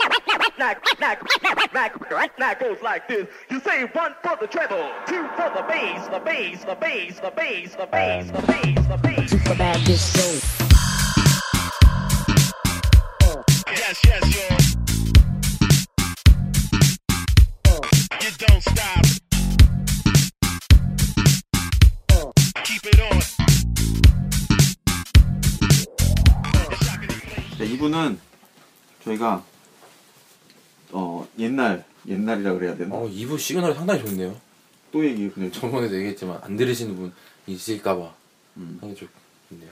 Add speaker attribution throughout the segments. Speaker 1: knock, knock, knock, knock, knock, knock goes like this. You say one for the treble, two for the bass, the bass, the bass, the bass, the bass, the bass, the bass.
Speaker 2: super bad disco.
Speaker 3: Yes, yes, yo. You don't stop. Keep it on.
Speaker 4: 네, 이분은 저희가 어 옛날 옛날이라 그래야 되나?
Speaker 5: 어, 이분 시그널 상당히 좋네요.
Speaker 4: 또 얘기해 그냥 저
Speaker 5: 저번에도 얘기했지만 안 들으시는 분 있을까봐
Speaker 4: 음.
Speaker 5: 하게 좀 좋네요.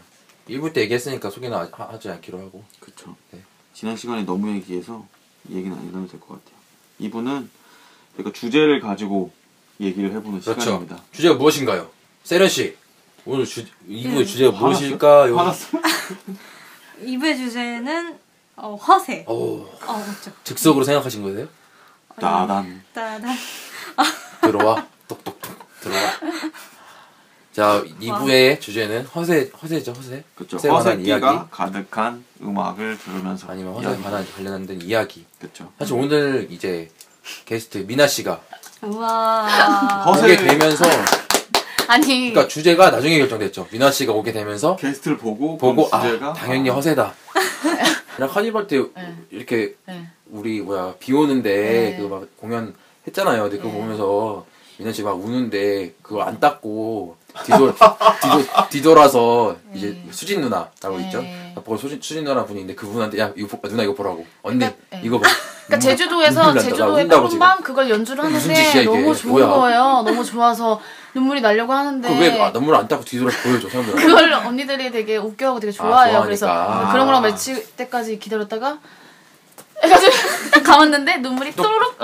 Speaker 5: 1부 때 얘기했으니까 소개는 하- 하, 하지 않기로 하고
Speaker 4: 그쵸
Speaker 5: 네.
Speaker 4: 지난 시간에 너무 얘기해서 이 얘기는 안 해도 될 것 같아요 이분은 그러니까 주제를 가지고 얘기를 해보는
Speaker 5: 그렇죠.
Speaker 4: 시간입니다
Speaker 5: 주제가 무엇인가요? 세련 씨 오늘 주 이부의 주제가 무엇일까요?
Speaker 4: 네, 화났어?
Speaker 6: 이부의 주제는 어, 허세. 어,
Speaker 5: 오
Speaker 6: 그렇죠.
Speaker 5: 즉석으로 생각하신 거세요?
Speaker 4: 따단
Speaker 6: 따단.
Speaker 5: 들어와 똑똑똑 들어와. 자
Speaker 4: 아.
Speaker 5: 2부의 주제는 허세 허세죠 허세.
Speaker 4: 그쵸
Speaker 5: 허세에 관한
Speaker 4: 허세기가 가득한 음악을 들으면서
Speaker 5: 아니면 허세에
Speaker 4: 이야기.
Speaker 5: 관한 관련된 이야기.
Speaker 4: 그쵸
Speaker 5: 사실 오늘 이제 게스트 미나 씨가
Speaker 6: 우와.
Speaker 4: 허세-
Speaker 5: 오게 아, 되면서
Speaker 6: 아니.
Speaker 5: 그러니까 주제가 나중에 결정됐죠. 미나 씨가 오게 되면서
Speaker 4: 게스트를 보고 그럼
Speaker 5: 보고 아
Speaker 4: 그 주제가 어.
Speaker 5: 당연히 허세다. 그냥 카니발 때 이렇게
Speaker 7: 네.
Speaker 5: 우리 뭐야 비 오는데
Speaker 7: 네.
Speaker 5: 그 막 공연 했잖아요. 근데 그거 보면서 민현 씨막 우는데 그거 안 닦고 뒤돌 뒤돌 뒤돌아서 이제 수진 누나라고
Speaker 7: 네.
Speaker 5: 있죠. 보고 수진 수진 누나 분인데 그분한테 야 이거 보- 누나 이거 보라고 언니 이거 봐. 음,
Speaker 7: 그러니까 제주도에서 제주도의
Speaker 5: 그
Speaker 7: 푸른밤 그걸 연주를
Speaker 5: 무슨
Speaker 7: 하는데
Speaker 5: 짓이야, 이게.
Speaker 7: 너무 좋은
Speaker 5: 뭐야?
Speaker 7: 거예요. 너무 좋아서 눈물이 나려고 하는데
Speaker 5: 왜 아, 눈물 안 닦고 뒤돌아서 보여줘 사람들.
Speaker 7: 그걸 언니들이 되게 웃겨하고 되게 좋아해요.
Speaker 5: 좋아하니까.
Speaker 7: 그래서
Speaker 5: 아.
Speaker 7: 그런 거랑 맺힐 때까지 기다렸다가 해가지고 감았는데 눈물이 또록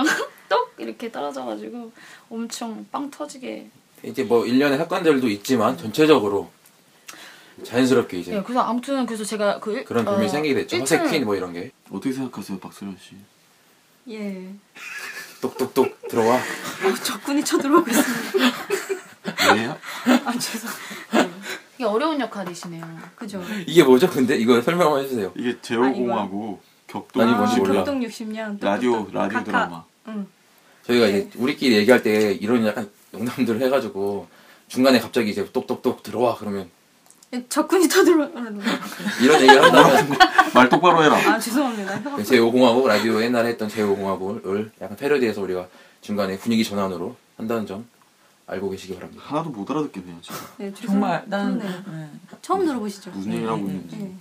Speaker 7: 똑 이렇게 떨어져가지고 엄청 빵 터지게.
Speaker 5: 이제 뭐 일련의 사건들도 있지만 전체적으로 자연스럽게 이제
Speaker 7: 음. 예, 그래서 아무튼 그래서 제가 그 일-
Speaker 5: 그런 불명이 생기게 됐죠.
Speaker 7: 일층-
Speaker 5: 허세퀸 뭐 이런 게
Speaker 4: 어떻게 생각하세요 박소련 씨?
Speaker 6: 예.
Speaker 5: 똑똑똑 들어와.
Speaker 6: 어, 적군이 쳐들어오고 있습니다.
Speaker 4: 왜요?
Speaker 6: 아, 죄송.
Speaker 7: 이게 어려운 역할이시네요.
Speaker 6: 그죠.
Speaker 5: 이게 뭐죠? 근데 이거 설명 한번 해주세요.
Speaker 4: 이게 제오공하고 격동
Speaker 5: 아니, 뭔지
Speaker 4: 음식
Speaker 5: 몰라.
Speaker 6: 동 60년.
Speaker 4: 라디오 라디오 드라마
Speaker 6: 응.
Speaker 5: 저희가 이제
Speaker 7: 예.
Speaker 5: 우리끼리 얘기할 때 이런 약간 농담들을 해가지고 중간에 갑자기 이제 똑똑똑 들어와 그러면
Speaker 6: 예, 적군이 쳐들어.
Speaker 5: 이런 얘기를 한다면
Speaker 4: 말 똑바로 해라
Speaker 6: 아, 죄송합니다.
Speaker 5: 제5공화국 라디오 옛날에 했던 제5공화국을 약간 패러디해서 우리가 중간에 분위기 전환으로 한다는 점 알고 계시기 바랍니다.
Speaker 4: 하나도 못 알아듣겠네요 지금
Speaker 6: 네, 죄송-
Speaker 8: 정말 난
Speaker 6: 그러네요.
Speaker 8: 네.
Speaker 6: 처음 들어보시죠.
Speaker 4: 무슨 얘기를 하고 있는지
Speaker 6: 네.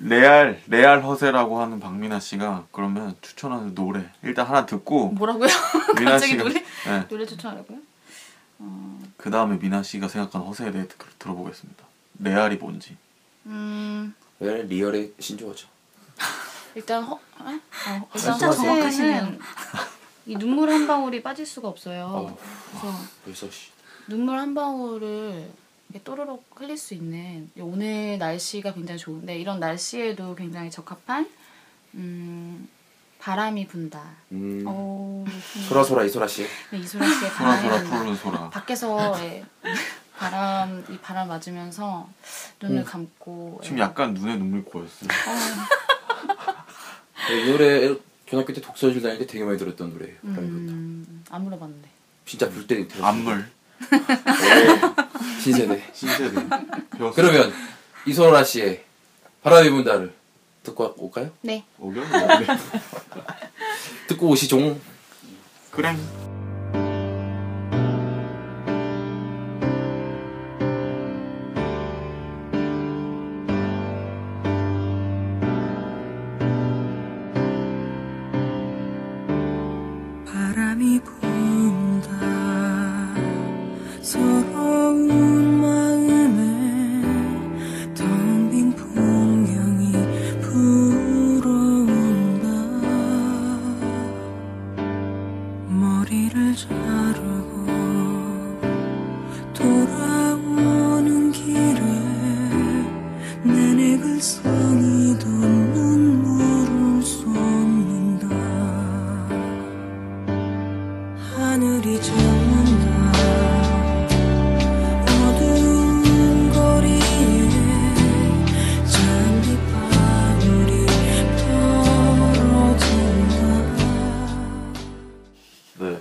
Speaker 4: 레알 레알 허세라고 하는 박민아 씨가 그러면 추천하는 노래 일단 하나 듣고
Speaker 6: 네.
Speaker 7: 뭐라고요?
Speaker 4: 민아
Speaker 7: 갑자기
Speaker 4: 씨가
Speaker 7: 노래
Speaker 4: 예,
Speaker 5: 네.
Speaker 7: 노래 추천하라고요?
Speaker 4: 그 다음에 민아 씨가 생각한 허세에 대해 들- 들어보겠습니다. 레알이 뭔지
Speaker 7: 음
Speaker 5: 왜 리얼의 신조어죠.
Speaker 7: 일단 허 에? 어, 일단
Speaker 6: 진짜 정확하시네요.
Speaker 7: 허세는 이 눈물 한 방울이 빠질 수가 없어요.
Speaker 5: 어.
Speaker 7: 그래서
Speaker 5: 벌써 씨.
Speaker 7: 눈물 한 방울을 이렇게 또르륵 흘릴 수 있는 오늘 날씨가 굉장히 좋은데 이런 날씨에도 굉장히 적합한 음, 바람이 분다.
Speaker 5: 음.
Speaker 6: 어,
Speaker 5: 소라소라 이소라 씨.
Speaker 7: 네, 이소라 씨의
Speaker 4: 소라
Speaker 7: 바람이
Speaker 4: 소라
Speaker 7: 분다.
Speaker 4: 푸른 소라
Speaker 7: 밖에서 예, 바람 이 바람 맞으면서 눈을 감고
Speaker 4: 지금
Speaker 7: 예.
Speaker 4: 약간 눈에 눈물 고였어요.
Speaker 5: 이 노래 중학교 때 독서실 다닐 때 되게 많이 들었던 노래예요. 그러니까
Speaker 7: 음, 안 물어봤는데.
Speaker 5: 진짜 불 때리
Speaker 6: 아.
Speaker 5: 들었어요.
Speaker 4: 안물
Speaker 5: 오, 신세대.
Speaker 4: 신세대 배웠어요.
Speaker 5: 그러면 이소라 씨의 바람이 분다를 듣고 올까요?
Speaker 7: 네.
Speaker 4: 어겨운데
Speaker 5: 듣고 오시종.
Speaker 4: 그래
Speaker 8: 바람이 분다 서러운 마음에 텅 빈 풍경이 불어온다 머리
Speaker 4: 네.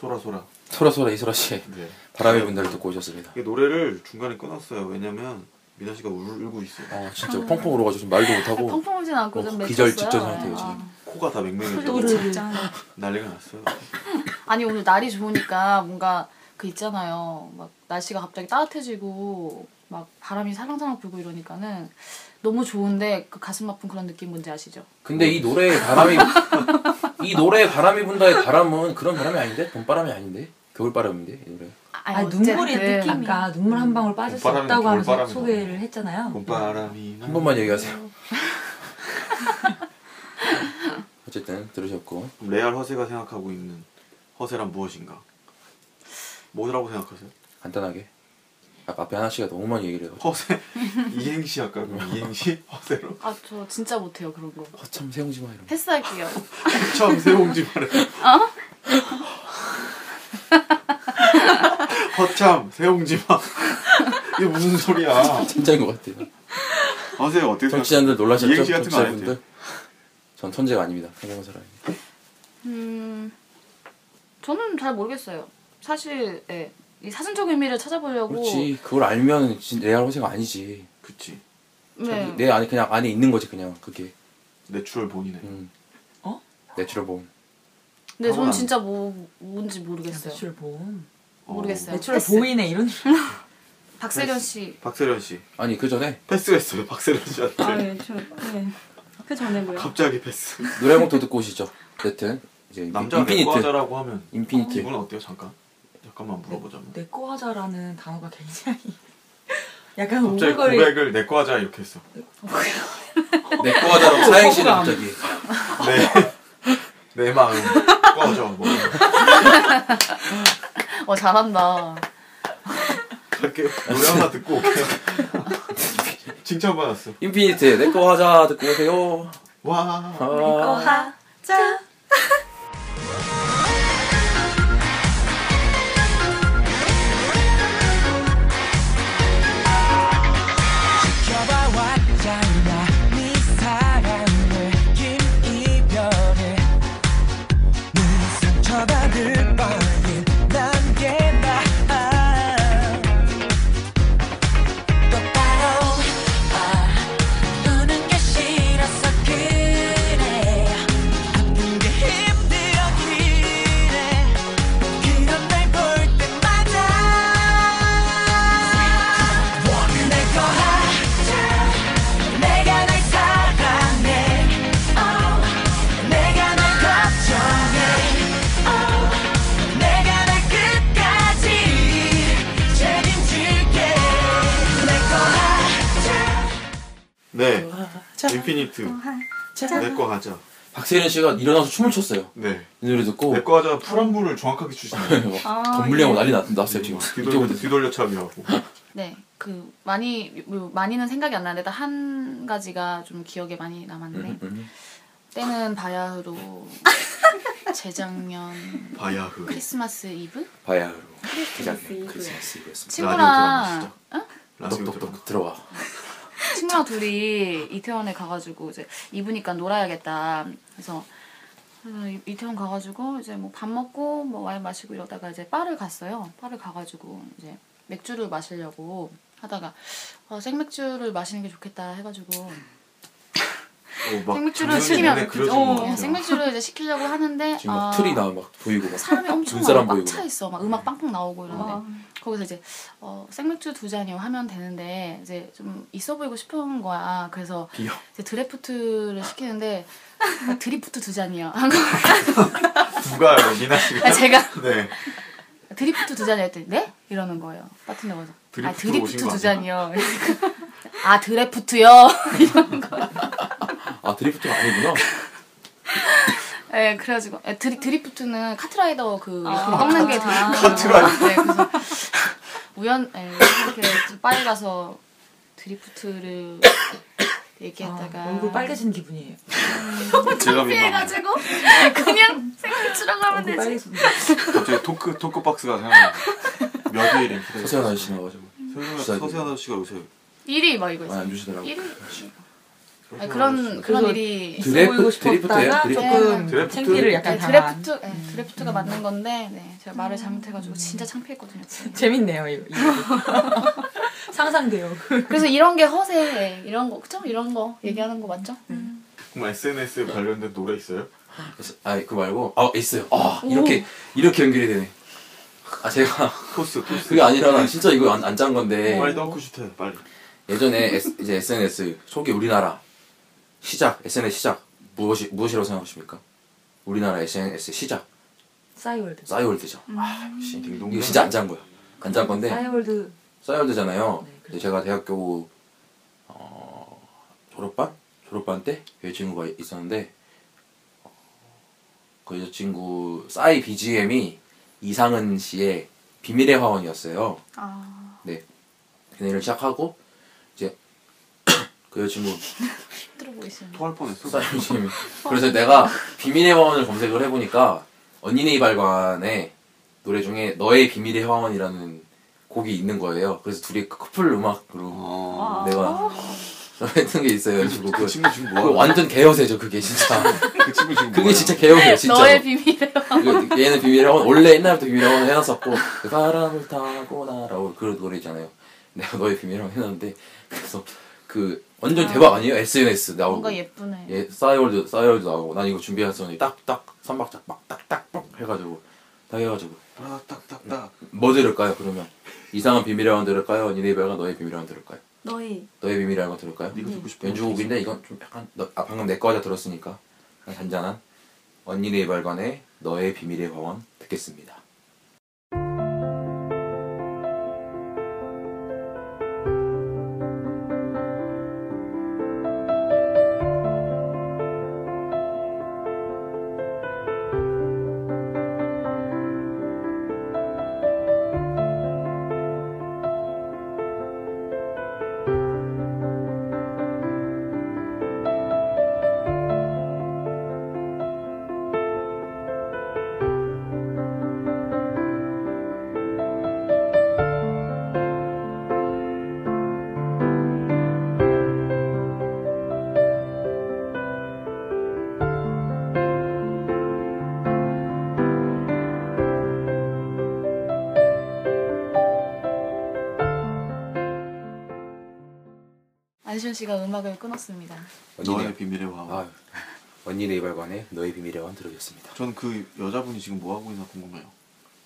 Speaker 4: 소라 소라.
Speaker 5: 소라소라 이소라 씨의
Speaker 4: 네.
Speaker 5: 바람의 분다를 듣고 오셨습니다.
Speaker 4: 이게 노래를 중간에 끊었어요. 왜냐면 민아 씨가 울- 울고 있어요.
Speaker 5: 아 진짜 펑펑 울어가지고 지금 말도 못하고
Speaker 7: 아, 펑펑 울진 않고 좀
Speaker 5: 어,
Speaker 7: 맺혔어요.
Speaker 5: 기절직전 상태예요, 지금.
Speaker 7: 아.
Speaker 4: 코가 다 맹맹해지고
Speaker 6: 소리 진짜
Speaker 4: 난리가 났어요.
Speaker 7: 아니 오늘 날이 좋으니까 뭔가 그 있잖아요. 막 날씨가 갑자기 따뜻해지고 막 바람이 사랑사랑 불고 이러니까는 너무 좋은데 그 가슴 아픈 그런 느낌 뭔지 아시죠?
Speaker 5: 근데 이 노래의 바람이 이 노래의 바람이 분다의 바람은 그런 바람이 아닌데 봄바람이 아닌데 겨울바람인데 이 노래.
Speaker 7: 아니,
Speaker 2: 아
Speaker 7: 어쨌든
Speaker 2: 눈물의
Speaker 7: 네.
Speaker 2: 느낌이 아까 눈물 한 방울 빠질 수
Speaker 4: 봄바람이
Speaker 2: 없다고 하면서
Speaker 4: 돌바람이
Speaker 2: 소개를 했잖아요.
Speaker 4: 봄바람이
Speaker 5: 한 번만 얘기하세요. 어쨌든 들으셨고
Speaker 4: 레알 허세가 생각하고 있는 허세란 무엇인가? 뭐라고 생각하세요?
Speaker 5: 간단하게 아까 앞에 하나 씨가 너무 많이 얘기를 해요. 어,
Speaker 4: 허세 이행시 할까 그럼 이행시 허세로
Speaker 7: 아저 진짜 못해요 그런 거.
Speaker 5: 허참 세웅지 마 이런. 거.
Speaker 7: 패스할게요.
Speaker 4: 처음 세옹지 말해
Speaker 7: 어?
Speaker 4: 허참 세옹지 마 이게 무슨 소리야
Speaker 5: 진짜인 것 같아요.
Speaker 4: 허세 어떻게 생각해요?
Speaker 5: 정치자분들 놀라셨죠?
Speaker 4: 이행시 같은 거안 해도
Speaker 5: 정치자분들. 전 천재가 아닙니다. 성공사라.
Speaker 7: 음 저는 잘 모르겠어요. 사실 예, 이 사전적 의미를 찾아보려고
Speaker 5: 그렇지. 그걸 알면 진 레알 허세가 아니지.
Speaker 4: 그치
Speaker 7: 네.
Speaker 5: 내 안에 그냥 안에 있는 거지 그냥 그게.
Speaker 4: 내추럴 본이네
Speaker 5: 음.
Speaker 2: 어?
Speaker 5: 내추럴 봄.
Speaker 7: 근데
Speaker 4: 아무나.
Speaker 7: 전 진짜 뭐 뭔지 모르겠어요.
Speaker 2: 매출 보험.
Speaker 4: 어,
Speaker 7: 모르겠어요.
Speaker 2: 매출
Speaker 7: 패스.
Speaker 2: 보이네 이런.
Speaker 7: 박세련 씨.
Speaker 4: 박세련 씨
Speaker 5: 아니 그 전에
Speaker 4: 패스했어요 박세련 씨한테
Speaker 7: 아.
Speaker 6: 아, 예, 아예저예그 전에 뭐요?
Speaker 4: 갑자기 패스
Speaker 5: 노래 한곡더 듣고 오시죠. 여튼 이제
Speaker 4: 남자
Speaker 5: 인피니트.
Speaker 4: 내과자라고 하면
Speaker 5: 인피니트.
Speaker 4: 기분 어때요 잠깐 잠깐만 물어보자면
Speaker 2: 내꺼하자라는 단어가 굉장히 약간
Speaker 4: 갑자기
Speaker 2: 오글거리.
Speaker 4: 고백을 내과자 이렇게 했어 뭐.
Speaker 5: 내 거하자라고 사행시를 갑자기.
Speaker 4: 내, 내 마음 꺼져 뭐
Speaker 7: 어 잘한다.
Speaker 4: 이렇게 노래 하나 듣고 올게요 칭찬받았어
Speaker 5: 인피니트의 내 거하자 듣고 오세요.
Speaker 4: 와
Speaker 5: 아.
Speaker 2: 하자.
Speaker 8: 지켜봐왔잖아 네 사랑을 긴 이별을 네 상처받을 바엔 난게 나아 똑바로 아 우는 게 싫어서 그래 아픈 게 힘들어 그래 그런 날 볼 때마다 내거 하자 내가 날 사랑해 oh. 내가 날 걱정해 oh. 내가 날 끝까지 책임질게 내거 하자
Speaker 4: 네 인피니트 내꺼 하자
Speaker 5: 박세린 씨가 일어나서 춤을 췄어요.
Speaker 4: 네
Speaker 5: 이 노래 듣고
Speaker 4: 내꺼 하자 풀한부를 정확하게 추시네요
Speaker 5: 뭐 덤블링하고 난리 났- 났어요 지금.
Speaker 4: 뒤돌려,
Speaker 5: 이쪽부터
Speaker 4: 뒤돌려 참여하고
Speaker 7: 네, 그 많이 뭐, 많이는 생각이 안 나는데 한 가지가 좀 기억에 많이 남았는데 때는 바야흐로 재작년
Speaker 4: 봐야 그
Speaker 7: 크리스마스 이브
Speaker 5: 바야흐로 시작해. 크리스마스 이브였습니다.
Speaker 7: 친구랑
Speaker 4: 라디오 드라마
Speaker 5: 똑똑똑 들어와.
Speaker 7: 친구랑 둘이 이태원에 가가지고 이제 입으니까 놀아야겠다. 그래서 그래서 이- 이태원 가가지고 이제 뭐 밥 먹고 뭐 와인 마시고 이러다가 이제 바를 갔어요. 바를 가가지고 이제 맥주를 마시려고 하다가 어, 생맥주를 마시는 게 좋겠다 해가지고
Speaker 4: 어, 막
Speaker 7: 생맥주를
Speaker 4: 작년
Speaker 7: 시키면
Speaker 4: 내내 그려진
Speaker 7: 어,
Speaker 4: 것 같아요.
Speaker 7: 생맥주를 이제 시키려고 하는데
Speaker 5: 지금
Speaker 7: 아,
Speaker 5: 막 틀이 나막 보이고 막
Speaker 7: 사람이 엄청
Speaker 5: 눈사람 보이고.
Speaker 7: 막차 있어 막 음악 빵빵 나오고 이러는데
Speaker 6: 아.
Speaker 7: 거기서 이제 어, 생맥주 두 잔이요 하면 되는데 이제 좀 있어 보이고 싶은 거야 그래서
Speaker 5: 비어.
Speaker 7: 이제 드래프트를 시키는데 아, 드리프트 두 잔이요 한 거.
Speaker 4: 누가요 미나 씨가
Speaker 7: 아, 제가
Speaker 4: 네
Speaker 7: 드리프트 두 잔이요 했더니 네 이러는 거예요 바텐더가 아
Speaker 4: 드리프트로 오신
Speaker 7: 드리프트
Speaker 4: 거
Speaker 7: 두
Speaker 4: 아니야?
Speaker 7: 잔이요 아 드래프트요
Speaker 5: 아 드리프트가 아니구나.
Speaker 7: 예, 네, 그래가지고 예, 드리, 드리프트는 카트라이더 그 아, 꺾는 게 드리프트.
Speaker 4: 카트라이더.
Speaker 7: 네, 그래서 우연 예, 이렇게 좀 빨리 가서 드리프트를 얘기했다가
Speaker 2: 아, 얼굴 빨개진 기분이에요.
Speaker 4: 제가 민망
Speaker 7: 해가지고 그냥 생각치러 가면
Speaker 2: 얼굴
Speaker 7: 되지.
Speaker 2: 빨개진.
Speaker 4: 갑자기 토크 토크 박스가 생각나요 몇일 랭크
Speaker 5: 서세현 아저씨 나와가지고
Speaker 4: 서세현
Speaker 5: 주사기.
Speaker 4: 서세현 아저씨가 요새
Speaker 7: 1위 막 이거
Speaker 5: 많이
Speaker 7: 있어.
Speaker 5: 안 주시더라고.
Speaker 7: 1위. 아니, 그런 그런
Speaker 2: 그래서
Speaker 7: 일이
Speaker 2: 있어
Speaker 5: 드래프-
Speaker 2: 보이고
Speaker 5: 드래프트예요?
Speaker 2: 싶었다가
Speaker 5: 드래프트?
Speaker 2: 조금
Speaker 4: 드래프트?
Speaker 2: 창피를 약간 음.
Speaker 7: 네,
Speaker 2: 당한
Speaker 7: 드래프트 네, 드래프트가 맞는 건데 네, 제가 말을 잘못해가지고 진짜 창피했거든요.
Speaker 2: 재밌네요 이거, 이거. 상상돼요
Speaker 7: 그래서 이런 게 허세 이런 거 그죠? 이런 거 얘기하는 거 맞죠? 음.
Speaker 4: 그럼 SNS 관련된 노래 있어요?
Speaker 5: 아니 그 말고 아 있어요. 아 이렇게 이렇게 연결이 되네. 아 제가
Speaker 4: 토스 토스
Speaker 5: 그게 아니라 진짜 이거 안 짠 건데
Speaker 4: 빨리 덩크 슛해 빨리
Speaker 5: 예전에 S, 이제 SNS 초기 우리나라 시작 SNS 시작 무엇이 무엇이라고 생각하십니까? 우리나라 SNS 시작
Speaker 2: 싸이월드 음.
Speaker 5: 싸이월드죠. 아 역시
Speaker 4: 딩동댕.
Speaker 5: 이거 진짜 안 짠 거야. 안 짠 건데
Speaker 2: 싸이월드
Speaker 5: 싸이월드잖아요.
Speaker 2: 네, 그렇죠.
Speaker 5: 근데 제가 대학교 어, 졸업반 졸업반 때그 여자친구가 있었는데 어, 그 여자친구 싸이 BGM이 이상은 씨의 비밀의 화원이었어요.
Speaker 7: 아
Speaker 5: 네. 걔네를 시작하고 이제 그 여자친구
Speaker 7: 힘들어 보이시네.
Speaker 4: 토할 뻔했어
Speaker 5: 싸이님이 그래서 내가 비밀의 화원을 검색을 해보니까 언니네 이발관의 노래 중에 너의 비밀의 화원이라는 곡이 있는 거예요. 그래서 둘이 그 커플 음악으로
Speaker 4: 어...
Speaker 5: 내가 했던 게 있어요. 그리고
Speaker 4: 그
Speaker 5: 그,
Speaker 4: 친구 지금
Speaker 5: 그거
Speaker 4: 뭐하는
Speaker 5: 완전 개요새죠 그게 진짜.
Speaker 4: 거야? 그 친구 지금
Speaker 5: 그게
Speaker 4: 뭐야?
Speaker 5: 진짜 개요새 네, 진짜.
Speaker 7: 너의 비밀을
Speaker 5: 얘는 비밀의 화원 원래 옛날부터 비밀의 화원 해놨었고 그 바람을 타고 나라고 그런 노래 있잖아요. 내가 너의 비밀의 화원 해놨는데 그래서 그 완전 대박 아니에요? SNS 나오고.
Speaker 7: 뭔가 예쁘네.
Speaker 5: 예, 싸이월드, 싸이월드 나오고, 난 이거 준비했었는데, 딱, 딱, 삼박자, 막, 딱, 딱, 뻑! 해가지고, 딱 해가지고,
Speaker 4: 아 딱딱딱
Speaker 5: 뭐 들을까요, 그러면? 이상한 비밀의 왕 들을까요? 니네 별과 너의 비밀의 왕 들을까요?
Speaker 6: 너희
Speaker 5: 너의 비밀의 왕 들을까요?
Speaker 4: 네가 듣고 싶은
Speaker 5: 연주곡인데, 이건 좀 약간, 너, 아, 방금 내 거 하자 들었으니까, 약간 잔잔한, 언니네 발관의 너의 비밀의 화원 듣겠습니다.
Speaker 7: 안시현 씨가 음악을 끊었습니다.
Speaker 4: 너의 비밀의 화원
Speaker 5: 아, 언니네 발관의 너의 비밀의 왕 들으겠습니다.
Speaker 4: 저는 그 여자분이 지금 뭐 하고 있나 궁금해요.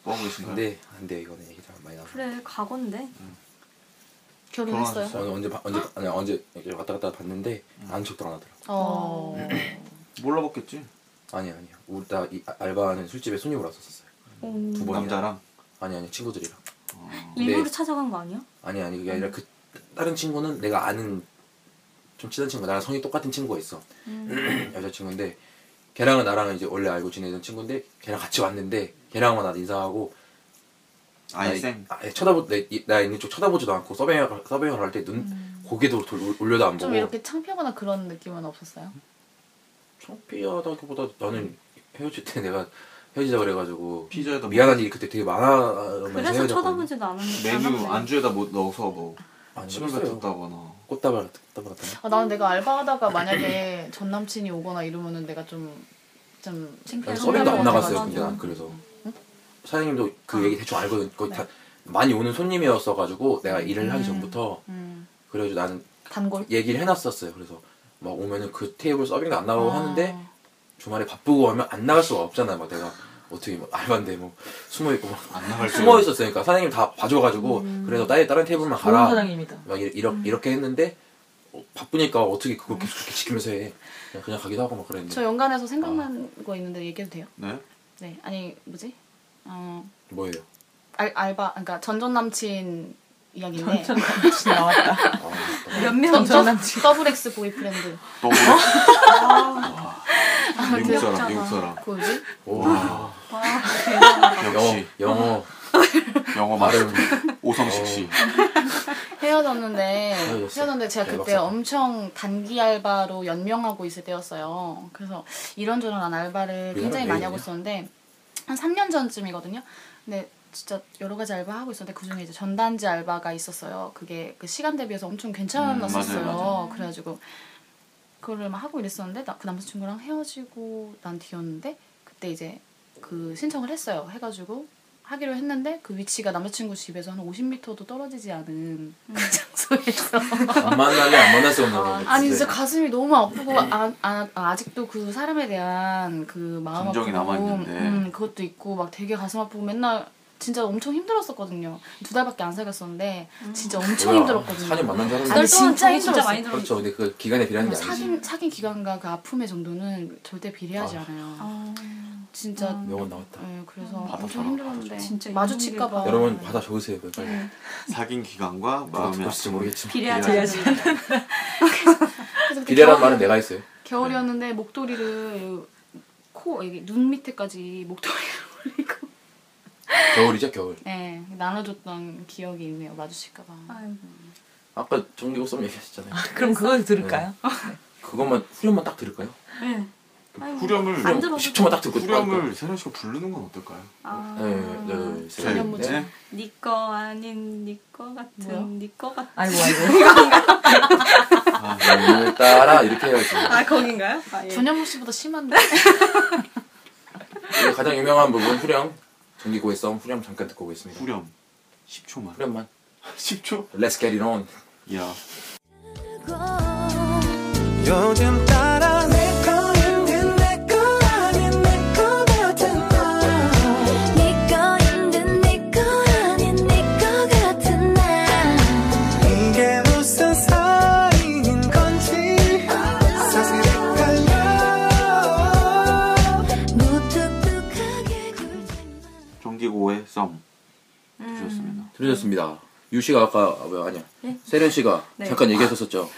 Speaker 4: 뭐 하고 계신가요?
Speaker 5: 근데, 안 돼, 이거는 얘기 좀 많이 나와.
Speaker 6: 그래 과거인데
Speaker 4: 음.
Speaker 5: 저
Speaker 7: 결혼했어요?
Speaker 5: 오늘 언제, 봐- 언제, 아니, 언제 이렇게 왔다 갔다 봤는데, 아는 척도 안 하더라고.
Speaker 7: 어.
Speaker 4: 몰라봤겠지.
Speaker 5: 아니 아니요. 우리 나 이 알바하는 술집에 손님으로 왔었어요.
Speaker 6: 음,
Speaker 5: 두 번이나.
Speaker 4: 남자랑
Speaker 5: 아니 아니 친구들이랑.
Speaker 6: 일부러
Speaker 5: 네.
Speaker 6: 찾아간 거 아니야?
Speaker 5: 아니 아니 그게 아니라 그 다른 친구는 내가 아는 좀 친한 친구 나랑 성이 똑같은 친구가 있어
Speaker 6: 음.
Speaker 5: 여자 친구인데 걔랑은 나랑은 이제 원래 알고 지내던 친구인데 걔랑 같이 왔는데 걔랑만 나도 인사하고 나 이-
Speaker 4: 아이생
Speaker 5: 아예 쳐다보 내, 이- 나 있는 쪽 쳐다보지도 않고 서빙을 서빙을 할 때 눈
Speaker 6: 음.
Speaker 5: 고개도 돌, 올- 올려도 안
Speaker 7: 좀
Speaker 5: 보고
Speaker 7: 이렇게 창피하거나 그런 느낌은 없었어요?
Speaker 5: 창피하다기보다 나는 헤어질 때 내가 헤어지자 그래가지고
Speaker 4: 피자에다
Speaker 5: 미안한 일이 그때 되게 많아
Speaker 6: 그래서 쳐다보지도 않았는데
Speaker 4: 메뉴 안주에다 뭐 넣어서 뭐
Speaker 5: 아니,
Speaker 4: 침을
Speaker 5: 없어요.
Speaker 4: 뱉었다거나
Speaker 5: 꽃다발 같은 꽃다발 같은
Speaker 7: 아, 나는 내가 알바하다가 만약에 전 남친이 오거나 이러면은 내가 좀 좀.
Speaker 5: 거.
Speaker 2: 창피한
Speaker 5: 서빙도 안
Speaker 7: 맞아,
Speaker 5: 나갔어요
Speaker 7: 네, 맞아.
Speaker 5: 근데 난 그래서 사장님도 그 얘기 대충 알거든 거의 다 많이 오는 손님이었어가지고 내가 일을 하기 전부터
Speaker 7: 음,
Speaker 5: 그래가지고 나는
Speaker 7: 단골.
Speaker 5: 얘기를 해놨었어요 그래서 막 오면은 그 테이블 서빙도 안 나가고
Speaker 7: 아.
Speaker 5: 하는데 주말에 바쁘고 하면 안 나갈 수가 없잖아요 막 내가 어떻게 뭐 알바인데 뭐 숨어있고 막
Speaker 4: 안 나갈 줄
Speaker 5: 숨어 있었으니까 사장님 다 봐줘가지고 그래서 다른 다른 테이블만
Speaker 2: 좋은
Speaker 5: 가라
Speaker 2: 사장입니다
Speaker 5: 막 이렇게, 이렇게 했는데 어, 바쁘니까 어떻게 그걸 계속 그렇게 지키면서 해 그냥, 그냥 가기도 하고 막 그랬는데
Speaker 7: 저 연관해서 생각난
Speaker 5: 아.
Speaker 7: 거 있는데 얘기해도 돼요?
Speaker 4: 네.
Speaker 7: 네. 아니 뭐지? 어
Speaker 5: 뭐예요?
Speaker 7: 알, 알바 그러니까 전전 남친 이야기인데
Speaker 2: 진짜 나왔다
Speaker 5: 아,
Speaker 6: 몇명
Speaker 2: 전 남친.
Speaker 7: 더블 X 보이프렌드.
Speaker 4: 또 와. 아, 미국 사람, 미국 사람.
Speaker 7: 그 뭐지?
Speaker 5: 와
Speaker 6: 아,
Speaker 5: 영어
Speaker 4: 역시
Speaker 5: 영어
Speaker 4: 영어
Speaker 5: 발음
Speaker 4: 말은 오성식 씨.
Speaker 7: 헤어졌는데
Speaker 5: 헤어졌어요.
Speaker 7: 헤어졌는데 제가 그때
Speaker 5: 대박사건.
Speaker 7: 엄청 단기 알바로 연명하고 있을 때였어요. 그래서 이런저런 알바를
Speaker 5: 그
Speaker 7: 굉장히
Speaker 5: 사람
Speaker 7: 많이
Speaker 5: 내일이냐?
Speaker 7: 하고 있었는데 한 3년 전쯤이거든요. 근데 진짜 여러 가지 알바 하고 있었는데 그 중에 이제 전단지 알바가 있었어요. 그게 그 시간 대비해서 엄청 괜찮았었어요.
Speaker 4: 음, 맞아요,
Speaker 7: 그래가지고 그거를 막 하고 이랬었는데 나, 그 남자친구랑 헤어지고 난 뒤였는데 그때 이제 그 신청을 했어요. 해가지고 하기로 했는데 그 위치가 남자친구 집에서 한 50m도 떨어지지 않은 그 장소에서
Speaker 5: 안 만나면 안 만날 수 없는 거예요.
Speaker 7: 아니 진짜 가슴이 너무 아프고 아, 아, 아, 직도그 사람에 대한 그 마음
Speaker 4: 감정이
Speaker 7: 아프고,
Speaker 4: 남아있는데.
Speaker 7: 음, 그것도 있고 막 되게 가슴 아프고 맨날 진짜 엄청 힘들었었거든요 두 달밖에 안 사귀었었는데 진짜 엄청 힘들었거든요
Speaker 5: 4년 만난 사람이
Speaker 7: 아니,
Speaker 6: 두달 동안
Speaker 7: 진짜
Speaker 6: 돈이 진짜
Speaker 7: 힘들었어.
Speaker 6: 많이 들었어.
Speaker 5: 그렇죠. 근데 그 기간에 비례하는 게 아니지.
Speaker 7: 사귄, 사귄 기간과 그 아픔의 정도는 절대 비례하지
Speaker 5: 아. 음.
Speaker 7: 않아요
Speaker 6: 아, 음.
Speaker 7: 진짜
Speaker 5: 명언 나왔다.
Speaker 7: 예, 그래서
Speaker 4: 받아줘라,
Speaker 7: 엄청 힘들었는데
Speaker 4: 받아줘라.
Speaker 6: 진짜
Speaker 7: 마주칠까 봐
Speaker 5: 여러분 네. 받아 적으세요.
Speaker 6: 네.
Speaker 5: 빨리.
Speaker 4: 사귄 기간과
Speaker 5: 누가
Speaker 4: 마음의
Speaker 5: 듣고 있을지
Speaker 4: 아픔을
Speaker 5: 모르겠지만.
Speaker 6: 비례하지
Speaker 4: 비례하지
Speaker 6: 않는
Speaker 7: 그래서 그때
Speaker 5: 비례란
Speaker 7: 음. 겨울-
Speaker 5: 말은 내가 네. 했어요.
Speaker 7: 겨울이었는데 목도리를 코 여기 눈 밑에까지 목도리를 올리고
Speaker 5: 겨울이죠 겨울.
Speaker 7: 네, 나눠줬던 기억이 있네요. 마주칠까봐.
Speaker 6: 아유.
Speaker 5: 아까 정기국 썸 얘기하셨잖아요.
Speaker 2: 그럼 그걸
Speaker 9: 네.
Speaker 2: 들을까요?
Speaker 5: 그것만 후렴만 딱 들을까요?
Speaker 6: 네.
Speaker 4: 후렴을
Speaker 6: 안
Speaker 5: 그
Speaker 6: 들어도
Speaker 5: 10초만 딱 듣고
Speaker 4: 후렴을 세련 씨가 부르는 건 어떨까요?
Speaker 6: 아,
Speaker 7: 음.
Speaker 5: 네네
Speaker 7: 전현 무대.
Speaker 4: 네.
Speaker 6: 니꺼 아닌 니꺼
Speaker 7: 뭐야?
Speaker 6: 같은 니꺼 같은
Speaker 2: 아이고 아이고.
Speaker 5: 네. 따라 이렇게 해야지.
Speaker 6: 아 거긴가요? 아, 예.
Speaker 7: 전현무 씨보다 심한데?
Speaker 5: 그리고 가장 유명한 부분 후렴. 정기국의 썸 후렴 잠깐 듣고 오겠습니다.
Speaker 4: 후렴 10초만.
Speaker 5: 후렴만.
Speaker 4: 10초?
Speaker 5: Let's get it on.
Speaker 4: 야.
Speaker 9: 요즘 따라 내꺼 힘든 내꺼 아닌 내꺼 같은 너
Speaker 8: 니꺼 힘든 니꺼 아닌 니꺼 같은 나
Speaker 9: 이게 무슨 사이인 건지 사실 헷갈려
Speaker 8: 무뚝뚝하게 굴지만
Speaker 4: 정기고의 썸
Speaker 6: 음.
Speaker 4: 들으셨습니다.
Speaker 5: 들으셨습니다. 유 씨가 아까 아, 왜 아니야?
Speaker 6: 예?
Speaker 5: 세련 씨가
Speaker 6: 네.
Speaker 5: 잠깐 얘기했었죠.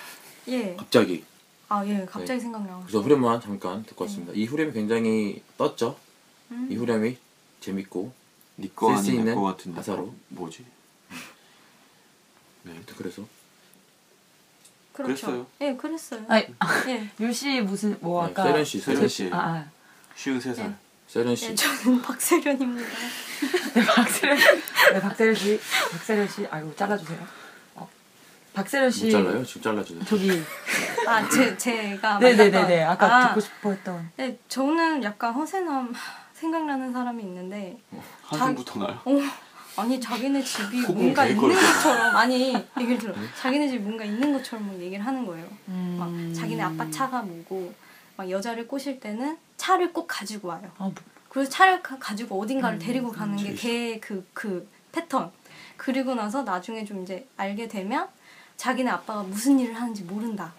Speaker 6: 예.
Speaker 5: 갑자기.
Speaker 6: 아, 예. 갑자기
Speaker 5: 네.
Speaker 6: 생각나요.
Speaker 5: 그래서 후렴만 잠깐 듣고 왔습니다. 이 후렴이 굉장히 떴죠. 이 후렴이 재밌고
Speaker 4: 니꺼
Speaker 5: 센스
Speaker 4: 아닌
Speaker 5: 있는
Speaker 4: 내꺼 같은
Speaker 5: 가사로.
Speaker 4: 뭐지? 네.
Speaker 5: 그래서
Speaker 6: 그렇죠.
Speaker 4: 그랬어요.
Speaker 6: 예, 그랬어요.
Speaker 2: 아니,
Speaker 6: 예.
Speaker 2: 유씨 무슨 뭐
Speaker 5: 네,
Speaker 2: 아까
Speaker 5: 세련 씨,
Speaker 4: 세련
Speaker 5: 세련
Speaker 4: 씨.
Speaker 5: 씨,
Speaker 2: 아, 아.
Speaker 4: 쉬운 세 살.
Speaker 5: 세련
Speaker 6: 예,
Speaker 5: 씨.
Speaker 6: 저는 박세련입니다.
Speaker 2: 네, 박세련 씨, 박세련 씨, 아이고 잘라주세요. 어. 박세련
Speaker 5: 못
Speaker 2: 씨,
Speaker 5: 잘라요? 지금 잘라줘요.
Speaker 2: 저기,
Speaker 6: 아, 제 제가
Speaker 2: 네네네네,
Speaker 6: 만났던-
Speaker 2: 아까
Speaker 6: 아,
Speaker 2: 듣고 싶어했던.
Speaker 6: 예, 저는 약간 허세남 생각나는 사람이 있는데
Speaker 4: 한숨부터 나요.
Speaker 6: 어, 아니 자기네 집이
Speaker 4: 어. 그건
Speaker 6: 뭔가
Speaker 4: 될
Speaker 6: 있는
Speaker 4: 거예요.
Speaker 6: 것처럼 아니 얘기를 들어 자기네 집이 뭔가 있는 것처럼 막 얘기를 하는 거예요 막
Speaker 7: 음.
Speaker 6: 자기네 아빠 차가 뭐고 막 여자를 꼬실 때는 차를 꼭 가지고 와요
Speaker 2: 아, 뭐,
Speaker 6: 그래서 차를 가- 가지고 어딘가를
Speaker 7: 음,
Speaker 6: 데리고 가는
Speaker 7: 그렇죠.
Speaker 6: 게 걔 그 그 패턴 그리고 나서 나중에 좀 이제 알게 되면 자기네 아빠가 무슨 일을 하는지 모른다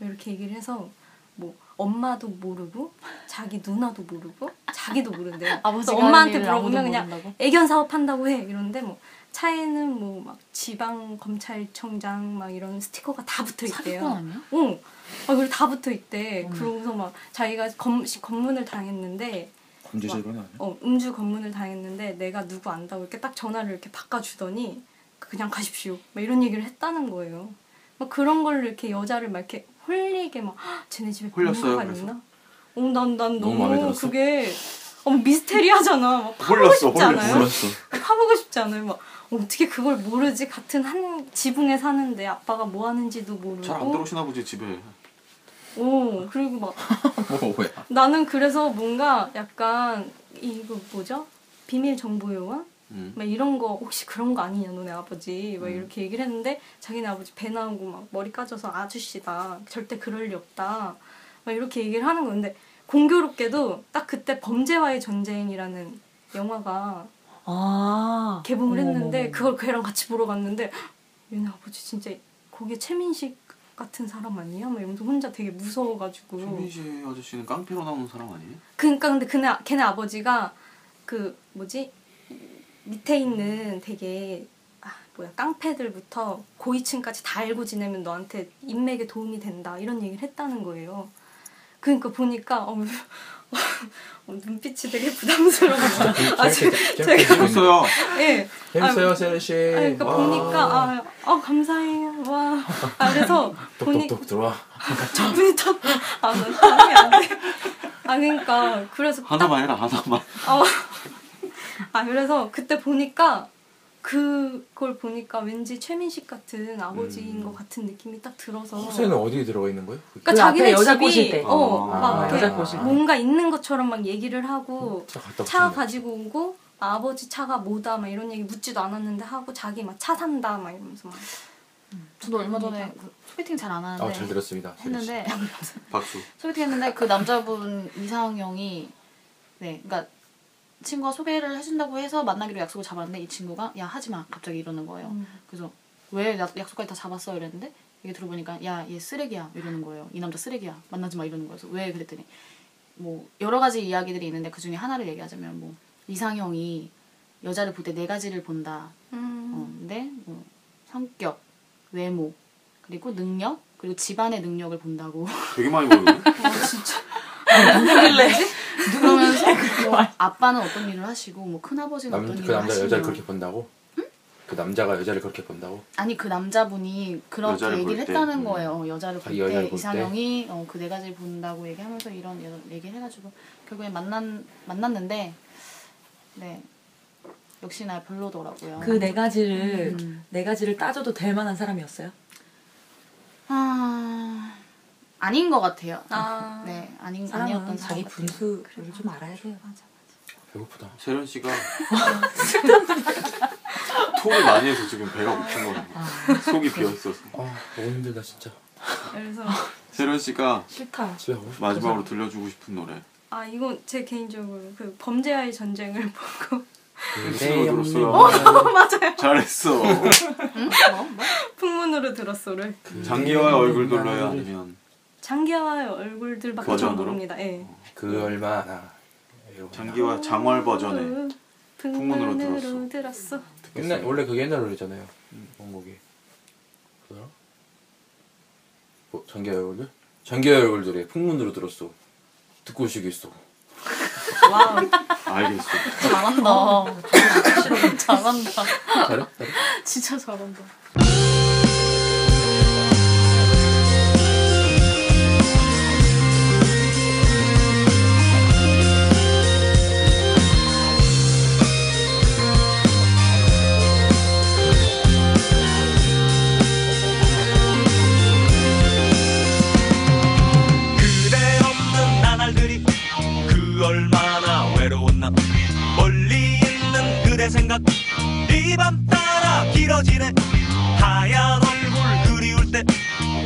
Speaker 6: 이렇게 얘기를 해서 뭐 엄마도 모르고 자기 누나도 모르고 자기도 모른대요 그래서
Speaker 7: 아버지가
Speaker 6: 엄마한테
Speaker 7: 하는 일을
Speaker 6: 물어보면
Speaker 7: 아무도
Speaker 6: 그냥
Speaker 7: 모른다고?
Speaker 6: 애견 사업한다고 해 이러는데 뭐 차에는 뭐 막 지방 검찰청장 막 이런 스티커가 다 붙어 있대요.
Speaker 7: 사기꾼 아니야?
Speaker 6: 응. 아, 그리고 다 붙어 있대. 그러고서 막 자기가 검, 검문을 당했는데,
Speaker 5: 범죄자로 나요.
Speaker 6: 어, 음주 검문을 당했는데, 내가 누구 안다고 이렇게 딱 전화를 이렇게 바꿔주더니, 그냥 가십시오. 막 이런 얘기를 했다는 거예요. 막 그런 걸로 이렇게 여자를 막 이렇게 홀리게 막, "헉, 쟤네 집에
Speaker 4: 홀렸어요,
Speaker 6: 변호사가
Speaker 4: 그래서?
Speaker 6: 있나? 어, 난,
Speaker 5: 너무
Speaker 6: 난 너무,
Speaker 5: 마음에 들었어?
Speaker 6: 그게, 어, 미스테리하잖아. 막 파보고
Speaker 4: 홀렸어,
Speaker 6: 싶지 않아요?
Speaker 5: 몰랐어.
Speaker 6: 파보고 싶지 않아요? 막 어떻게 그걸 모르지? 같은 한 지붕에 사는데 아빠가 뭐 하는지도 모르고.
Speaker 4: 잘 안 들어오시나 보지 집에.
Speaker 6: 오 그리고 막
Speaker 5: 어, 뭐야?
Speaker 6: 나는 그래서 뭔가 약간 이거 뭐죠? 비밀 정보 요원?
Speaker 4: 음.
Speaker 6: 막 이런 거 혹시 그런 거 아니냐 너네 아버지 막 이렇게 얘기를 했는데 자기네 아버지 배 나오고 막 머리 까져서 아저씨다 절대 그럴 리 없다 막 이렇게 얘기를 하는 건데 공교롭게도 딱 그때 범죄와의 전쟁이라는 영화가
Speaker 2: 아.
Speaker 6: 개봉을
Speaker 2: 어머,
Speaker 6: 했는데
Speaker 2: 어머,
Speaker 6: 그걸 걔랑 같이 보러 갔는데 얘네 아버지 진짜 거기에 최민식 같은 사람 아니야? 막 이러면서 혼자 되게 무서워가지고
Speaker 4: 최민지 아저씨는 깡패로 나오는 사람 아니에요?
Speaker 6: 그러니까 근데 그네 걔네 아버지가 그 뭐지 밑에 있는 되게 아 뭐야 깡패들부터 고위층까지 다 알고 지내면 너한테 인맥에 도움이 된다 이런 얘기를 했다는 거예요. 그러니까 보니까 어, 어, 눈빛이 되게 부담스러워.
Speaker 5: 그,
Speaker 6: 아 제- 제가
Speaker 5: 그러니까.
Speaker 4: 재밌어요.
Speaker 6: 예.
Speaker 5: 재밌어요, 세련 씨.
Speaker 6: 아, 그러니까
Speaker 5: 와.
Speaker 6: 보니까 아, 아 감사해요. 와. 아, 그래서 보니
Speaker 5: 똑똑똑 들어와.
Speaker 6: 저분이 딱아나 사람이 안 돼. 아 그러니까
Speaker 4: 아,
Speaker 6: 그래서 딱
Speaker 5: 그러니까.
Speaker 4: 하나만 해라 하나만.
Speaker 6: 어. 아 그래서 그때 보니까 그걸 보니까 왠지 최민식 같은 아버지인 것 같은 느낌이 딱 들어서
Speaker 5: 호세는 어디에 들어가 있는 거예요? 그-
Speaker 6: 그러니까
Speaker 2: 그
Speaker 6: 자기네
Speaker 2: 앞에 여자
Speaker 6: 집이
Speaker 2: 꼬실 때.
Speaker 6: 어,
Speaker 4: 아,
Speaker 6: 막
Speaker 2: 아,
Speaker 6: 이렇게
Speaker 2: 여자 꼬실 때.
Speaker 6: 뭔가 있는 것처럼 막 얘기를 하고
Speaker 5: 차 갔다
Speaker 6: 차
Speaker 5: 오셨네.
Speaker 6: 가지고 오고 아버지 차가 뭐다 막 이런 얘기 묻지도 않았는데 하고 자기 막 차 산다 막 이러면서 막
Speaker 7: 저도 얼마 전에 그 소개팅 잘 안 하는데
Speaker 5: 아, 잘 들었습니다. 세리 씨.
Speaker 7: 했는데
Speaker 4: 박수.
Speaker 7: 소개팅 했는데 그 남자분 이상형이 네 그러니까 친구가 소개를 해준다고 해서 만나기로 약속을 잡았는데 이 친구가 야 하지마 갑자기 이러는 거예요 그래서 왜 약- 약속까지 다 잡았어 이랬는데 이게 들어보니까 야 얘 쓰레기야 이러는 거예요 이 남자 쓰레기야 만나지 마 이러는 거예요 그래서 왜 그랬더니 뭐 여러 가지 이야기들이 있는데 그 중에 하나를 얘기하자면 뭐 이상형이 여자를 볼 때 네 가지를 본다
Speaker 6: 음.
Speaker 7: 어, 근데 뭐 성격, 외모, 그리고 능력, 그리고 집안의 능력을 본다고
Speaker 4: 되게 많이 보는데?
Speaker 7: 그러면서 뭐 아빠는 어떤 일을 하시고 뭐 큰아버지는
Speaker 5: 남,
Speaker 7: 어떤 일을
Speaker 5: 그 남자
Speaker 7: 하시며
Speaker 5: 여자를 그렇게 본다고? 그 남자가 여자를 그렇게 본다고?
Speaker 7: 아니 그 남자분이 그렇게
Speaker 4: 여자를 볼
Speaker 7: 얘기를
Speaker 4: 때,
Speaker 7: 했다는
Speaker 4: 음.
Speaker 7: 거예요 어, 여자를
Speaker 5: 아, 여자를
Speaker 7: 볼 때
Speaker 5: 볼
Speaker 7: 이상형이 어, 그 네 가지 본다고 얘기하면서 이런 여- 얘기를 해가지고 결국에 만난, 만났는데 네 역시나 별로더라고요
Speaker 2: 그 네 가지를
Speaker 7: 음.
Speaker 2: 네 가지를 따져도 될 만한 사람이었어요.
Speaker 7: 아... 아닌 것 같아요
Speaker 6: 아.
Speaker 7: 네 아닌
Speaker 2: 사람은
Speaker 7: 아니었던
Speaker 2: 자기
Speaker 7: 사람 같아요
Speaker 2: 분수를 좀 알아야 돼요.
Speaker 5: 배고프다.
Speaker 4: 세련 씨가 토를 많이 해서 지금 배가 고픈 거요 속이 비어 있어서.
Speaker 5: 아, 너무 힘들다 진짜.
Speaker 6: 그래서
Speaker 4: 세련 씨가
Speaker 2: 싫다.
Speaker 5: 집에 가고 싶다.
Speaker 4: 마지막으로 들려주고 싶은 노래.
Speaker 5: 네.
Speaker 6: 아 이건 제 개인적으로 그 범죄와의 전쟁을 보고
Speaker 4: 네,
Speaker 5: 네,
Speaker 4: 들었어요. 잘했어.
Speaker 7: 뭐? 뭐?
Speaker 6: 풍문으로 들었어를
Speaker 5: 네.
Speaker 4: 장기와 얼굴 돌려야 아니면
Speaker 6: 장기화의 얼굴들밖에
Speaker 4: 버전으로?
Speaker 6: 전 모릅니다. 예.
Speaker 5: 그 얼마나 외로웠나.
Speaker 4: 장기와 장월 버전의 풍문으로 들었어.
Speaker 6: 들었어.
Speaker 5: 옛날 원래 그게 옛날 노래잖아요. 원곡이. 음. 그더라? 뭐 전개 얼굴들? 전개 얼굴들의 풍문으로 들었어. 듣고 오시겠어.
Speaker 4: 알겠어.
Speaker 2: 어.
Speaker 7: 잘한다 잘한다
Speaker 5: 잘해?
Speaker 7: 진짜 잘한다
Speaker 8: 그대 없는 나날들이 그 얼마나 외로웠나 멀리 있는 그대 생각 이 밤 따라 길어지네 하얀 얼굴 그리울 때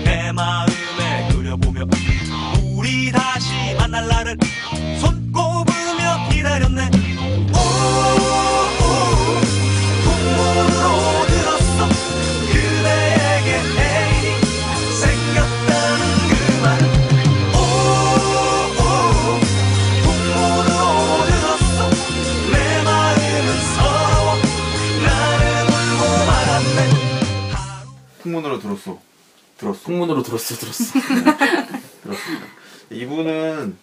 Speaker 8: 내 마음에 그려보며 우리 다시 만날 날을 손꼽으며 기다렸네 오, 오, 풍문으로 들었어 그대에게 애인이 생겼다는 그 말. 오오 풍문으로 들었어 내 마음은 서러워 나는 울고 말았네
Speaker 4: 풍문으로 들었어. 들었어.
Speaker 5: 풍문으로 들었어, 들었어.
Speaker 4: 들었습니다. 이분은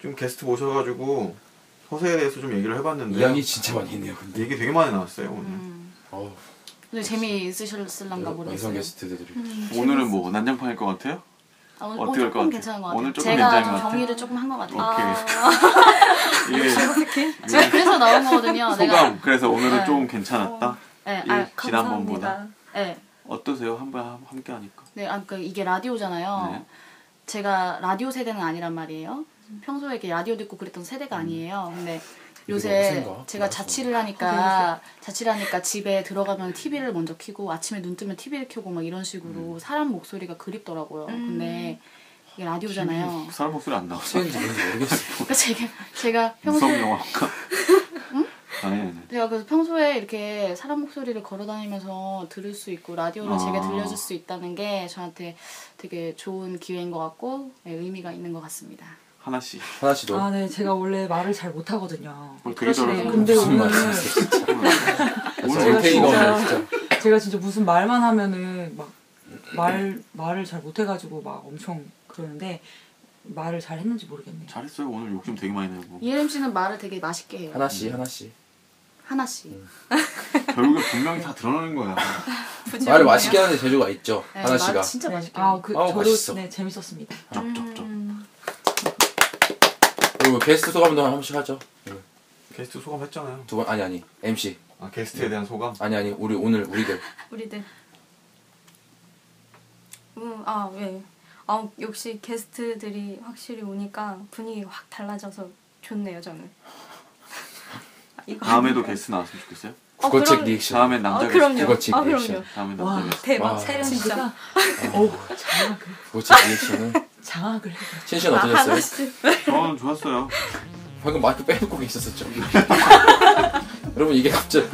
Speaker 4: 좀 게스트 모셔가지고 허세에 대해서 좀 얘기를 해봤는데
Speaker 5: 이양이 진짜 많이 했네요. 근데
Speaker 4: 얘기 되게 많이 나왔어요 오늘.
Speaker 5: 어우,
Speaker 7: 근데 재미있으실랑가
Speaker 5: 완성
Speaker 7: 모르겠어요.
Speaker 5: 게스트들이
Speaker 4: 오늘은 뭐 난장판일 것 같아요?
Speaker 7: 아, 오늘,
Speaker 4: 어떻게
Speaker 7: 오늘
Speaker 4: 할것
Speaker 7: 조금
Speaker 4: 같아요?
Speaker 7: 괜찮은 것 같아요.
Speaker 4: 오늘 조금
Speaker 7: 제가
Speaker 4: 괜찮은
Speaker 7: 좀
Speaker 4: 것 같아요?
Speaker 7: 정리를 조금 한 것 같아요. 아,
Speaker 4: 오케이. 이게
Speaker 7: 제가 그래서 나온 거거든요.
Speaker 4: 소감. 예. 그래서 오늘은
Speaker 7: 아, 네.
Speaker 4: 조금 괜찮았다.
Speaker 7: 내가,
Speaker 4: 이
Speaker 7: 네, 아,
Speaker 4: 지난번보다
Speaker 7: 네,
Speaker 4: 어떠세요? 한번 함께 하니까.
Speaker 7: 네, 아, 그러니까 이게 라디오잖아요.
Speaker 4: 네.
Speaker 7: 제가 라디오 세대는 아니란 말이에요. 평소에 이렇게 라디오 듣고 그랬던
Speaker 4: 음.
Speaker 7: 세대가 아니에요. 근데
Speaker 5: 너무
Speaker 7: 요새
Speaker 5: 센가?
Speaker 7: 제가
Speaker 5: 알았어.
Speaker 7: 자취를 하니까 자취를 하니까 집에 들어가면 TV를 먼저 켜고 아침에 눈 뜨면 TV를 켜고 막 이런 식으로
Speaker 4: 음.
Speaker 7: 사람 목소리가 그립더라고요. 근데 이게 라디오잖아요.
Speaker 4: 사람 목소리 안 나오죠?
Speaker 5: 시인지 뭔지 모르겠어.
Speaker 7: 그러니까 제가 제가
Speaker 4: 무성
Speaker 7: 평소에
Speaker 4: 영화 할까? 아니 네, 아니.
Speaker 7: 제가 그래서 평소에 이렇게 사람 목소리를 걸어다니면서 들을 수 있고 라디오를
Speaker 4: 아.
Speaker 7: 제게 들려줄 수 있다는 게 저한테 되게 좋은 기회인 것 같고 네, 의미가 있는 것 같습니다.
Speaker 4: 하나씩.
Speaker 5: 하나 씨도
Speaker 2: 아, 네, 제가 원래 말을 잘 못하거든요.
Speaker 4: 오늘 되게
Speaker 7: 그러시네요.
Speaker 4: 잘하셨어요.
Speaker 2: 근데
Speaker 5: 무슨
Speaker 2: 오늘
Speaker 5: 말씀이세요?
Speaker 4: 오늘
Speaker 2: 제가
Speaker 5: 올테이가
Speaker 2: 진짜-
Speaker 5: 없네 진짜.
Speaker 2: 제가 진짜 무슨 말만 하면은 막 말 말을 잘 못해가지고 막 엄청 그러는데 말을 잘 했는지 모르겠네요.
Speaker 4: 잘했어요. 오늘 욕심 되게 많이 내고.
Speaker 7: 이혜림 씨는 말을 되게 맛있게 해요.
Speaker 5: 하나 음. 씨, 하나 씨.
Speaker 7: 하나 씨.
Speaker 4: 결국에 분명히 다 드러나는 거야.
Speaker 5: 말을 맛있게 하는데 재주가 있죠.
Speaker 7: 네,
Speaker 5: 하나 씨가.
Speaker 7: 말 진짜 맛있게. 해요.
Speaker 2: 아, 그
Speaker 5: 아우,
Speaker 2: 저도
Speaker 5: 맛있어.
Speaker 2: 네 재밌었습니다.
Speaker 4: 쩝쩝쩝.
Speaker 6: 음,
Speaker 5: 그리고 게스트 소감도 한 번씩 하죠. 네.
Speaker 4: 게스트 소감 했잖아요.
Speaker 5: 두 번 아니 아니 MC
Speaker 4: 아 게스트에 대한 소감?
Speaker 5: 아니 아니 우리 오늘 우리들
Speaker 6: 우리들. 음, 아, 예. 아, 역시 게스트들이 확실히 오니까 분위기가 확 달라져서 좋네요, 저는. 이거
Speaker 4: 다음에도 게스트 나왔으면 좋겠어요.
Speaker 6: 어,
Speaker 5: 국어책
Speaker 6: 그럼-
Speaker 5: 리액션
Speaker 4: 다음엔
Speaker 6: 아,
Speaker 4: 남자
Speaker 6: 그럼요.
Speaker 4: 게스트.
Speaker 5: 국어책
Speaker 6: 아, 그럼요.
Speaker 5: 리액션.
Speaker 4: 다음엔
Speaker 2: 와.
Speaker 4: 남자 게스트.
Speaker 6: 대박,
Speaker 5: 와,
Speaker 6: 세련
Speaker 2: 진짜
Speaker 6: 진짜.
Speaker 2: 오 장악을
Speaker 5: 국어책 리액션은
Speaker 2: 장악을 해.
Speaker 5: 신 씨는
Speaker 6: 아,
Speaker 5: 어떠셨어요?
Speaker 6: 하나씩.
Speaker 4: 저는 좋았어요.
Speaker 5: 방금 마이크 빼놓고 계셨었죠. 여러분 이게 갑자기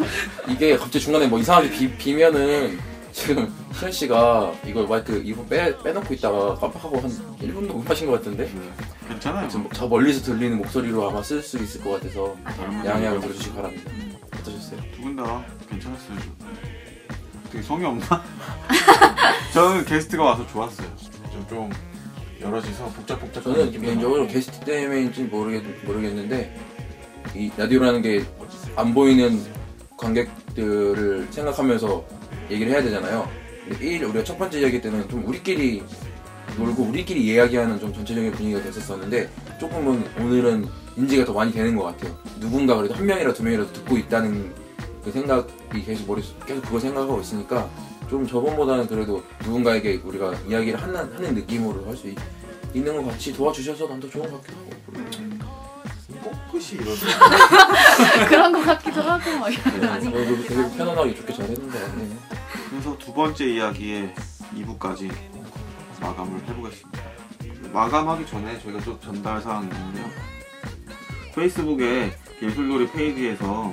Speaker 5: 이게 갑자기 중간에 뭐 이상하게 비, 비면은 지금 시현 씨가 이걸 마이크 이거 빼 빼놓고 있다가 깜빡하고 한 1분도 못 하신 것 같은데
Speaker 4: 네. 괜찮아요.
Speaker 5: 지금 저 멀리서 들리는 목소리로 아마 쓸 수 있을 것 같아서
Speaker 4: 다른
Speaker 5: 양해를 들어주시기 바랍니다. 어떠셨어요?
Speaker 4: 두분 다 괜찮았어요. 되게 성의 없나? 저는 게스트가 와서 좋았어요. 좀, 좀 여럿이서 복잡복잡.
Speaker 5: 저는 개인적으로 게스트 때문인지 모르겠, 모르겠는데 이 라디오라는 게 안 보이는 관객들을 생각하면서 얘기를 해야 되잖아요. 근데 1 우리가 첫 번째 이야기 때는 좀 우리끼리 놀고 우리끼리 이야기하는 좀 전체적인 분위기가 됐었었는데 조금은 오늘은 인지가 더 많이 되는 것 같아요. 누군가 그래도 한 명이라 두 명이라도 듣고 있다는 그 생각이 계속 머릿속 계속 그거 생각하고 있으니까 좀 저번보다는 그래도 누군가에게 우리가 이야기를 하는, 하는 느낌으로 할 수 있. 있는 거 같이 도와주셔서 난 더 좋은 것 같기도 하고
Speaker 4: 뽀끄시 이런.
Speaker 7: 그런 것 같기도 하고 막
Speaker 5: 네, 오늘 되게 편안하게 좋게 잘 했는 것 같네요
Speaker 4: 그래서 두 번째 이야기의 2부까지 마감을 해보겠습니다. 마감하기 전에 저희가 좀 전달 사항이 있는데요. 페이스북에 예술놀이 페이지에서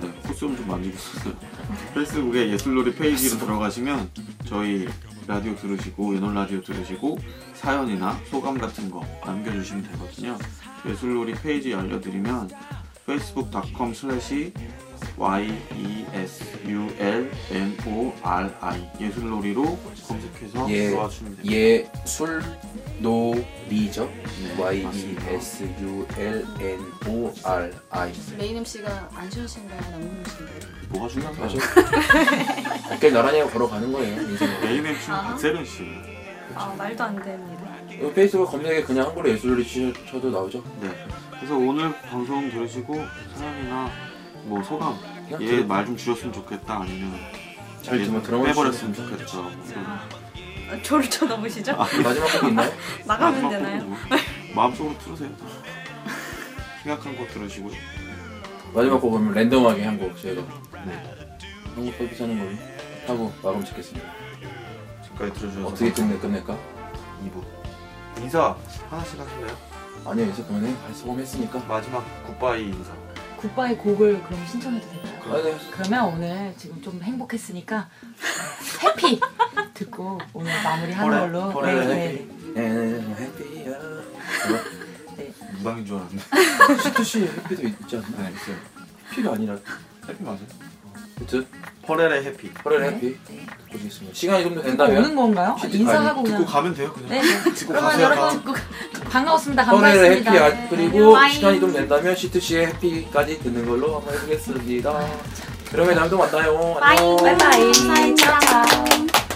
Speaker 4: 네, 코스튬 좀 만들고 있었어요. 페이스북에 예술놀이 페이지로 들어가시면 저희 라디오 들으시고 예놀 라디오 들으시고 사연이나 소감 같은 거 남겨주시면 되거든요. 예술놀이 페이지 알려드리면 facebook.com 슬래시 e Y-E-S-U-L-N-O-R-I 예술놀이로 검색해서
Speaker 5: 예.
Speaker 4: 아, 도와주면 됩니다.
Speaker 5: 예술 노리죠
Speaker 4: 네,
Speaker 5: Y E
Speaker 4: 맞습니다.
Speaker 5: S U L N O R I
Speaker 7: 메인 MC가 안 쉬우신가요? 남문 MC인가요?
Speaker 4: 뭐가 중요한 거죠?
Speaker 5: 맞아요 어깨 나란히 걸어가는 거예요 인생은
Speaker 4: 메인 MC는 박세련 씨.
Speaker 6: 아, 말도 안 됩니다.
Speaker 5: 이거 페이스북 검색에 그냥 한글로 예술놀이 치셔- 쳐도 나오죠
Speaker 4: 네. 그래서 오늘 방송 들으시고 사연이나 뭐 소감
Speaker 5: 그냥
Speaker 4: 얘
Speaker 5: 들-
Speaker 4: 말 좀 줄였으면 좋겠다 아니면
Speaker 5: 잘
Speaker 4: 얘
Speaker 5: 들으면 들어가
Speaker 4: 빼버렸으면 좋겠다. 뭐 이런
Speaker 6: 아, 저를 쳐다보시죠?
Speaker 5: 마지막 곡 있나요?
Speaker 6: 나가면
Speaker 4: 마음속으로
Speaker 6: 되나요?
Speaker 4: 뭐. 마음속으로 틀으세요. 생각한 거 들으시고요.
Speaker 5: 마지막 곡 보면 랜덤하게 한 곡 저희가
Speaker 4: 네.
Speaker 5: 한국 뽑기 사는 걸로 하고 마감 짓겠습니다
Speaker 4: 지금까지 들어주셔서
Speaker 5: 어떻게 끝내, 끝낼까?
Speaker 4: 2부 인사 하나씩 하실래요?
Speaker 5: 아니요 이제 그만해 다 소감했으니까
Speaker 4: 마지막 굿바이 인사.
Speaker 2: 굿바이 곡을 그럼 신청해도 될까요?
Speaker 5: 아, 네.
Speaker 2: 그러면 오늘 지금 좀 행복했으니까 해피 듣고 오늘 마무리하는
Speaker 4: 포레-
Speaker 2: 걸로
Speaker 4: 포레-
Speaker 2: 네,
Speaker 5: And happy hour.
Speaker 2: 네, 네.
Speaker 4: 무당인 줄 알았네.
Speaker 5: 시투시 해피도 있지 않나?
Speaker 4: 네, 있어요.
Speaker 5: 피가 아니라
Speaker 4: 해피 맞아요.
Speaker 5: 아무튼
Speaker 4: 퍼렐의 해피.
Speaker 5: 펄을
Speaker 2: 네.
Speaker 5: 해피 듣고 오겠습니다 시간이 좀 더
Speaker 2: 듣고 오는
Speaker 5: 된다면
Speaker 2: 건가요?
Speaker 5: 아니,
Speaker 4: 듣고
Speaker 2: 인사하고 그냥
Speaker 4: 가면 돼요 그냥.
Speaker 2: 네, 네.
Speaker 4: 듣고
Speaker 2: 그러면
Speaker 4: 가세요.
Speaker 2: 여러분
Speaker 4: 다.
Speaker 2: 듣고 가- 반가웠습니다.
Speaker 5: 펄을 해피
Speaker 2: 반가웠습니다. 네,
Speaker 5: 아- 그리고
Speaker 6: 안녕.
Speaker 5: 시간이 좀 된다면 시투시의 해피까지 듣는 걸로 한번 해보겠습니다 그러면 다음에 또 만나요 안녕
Speaker 6: 바이바이. 바이바이.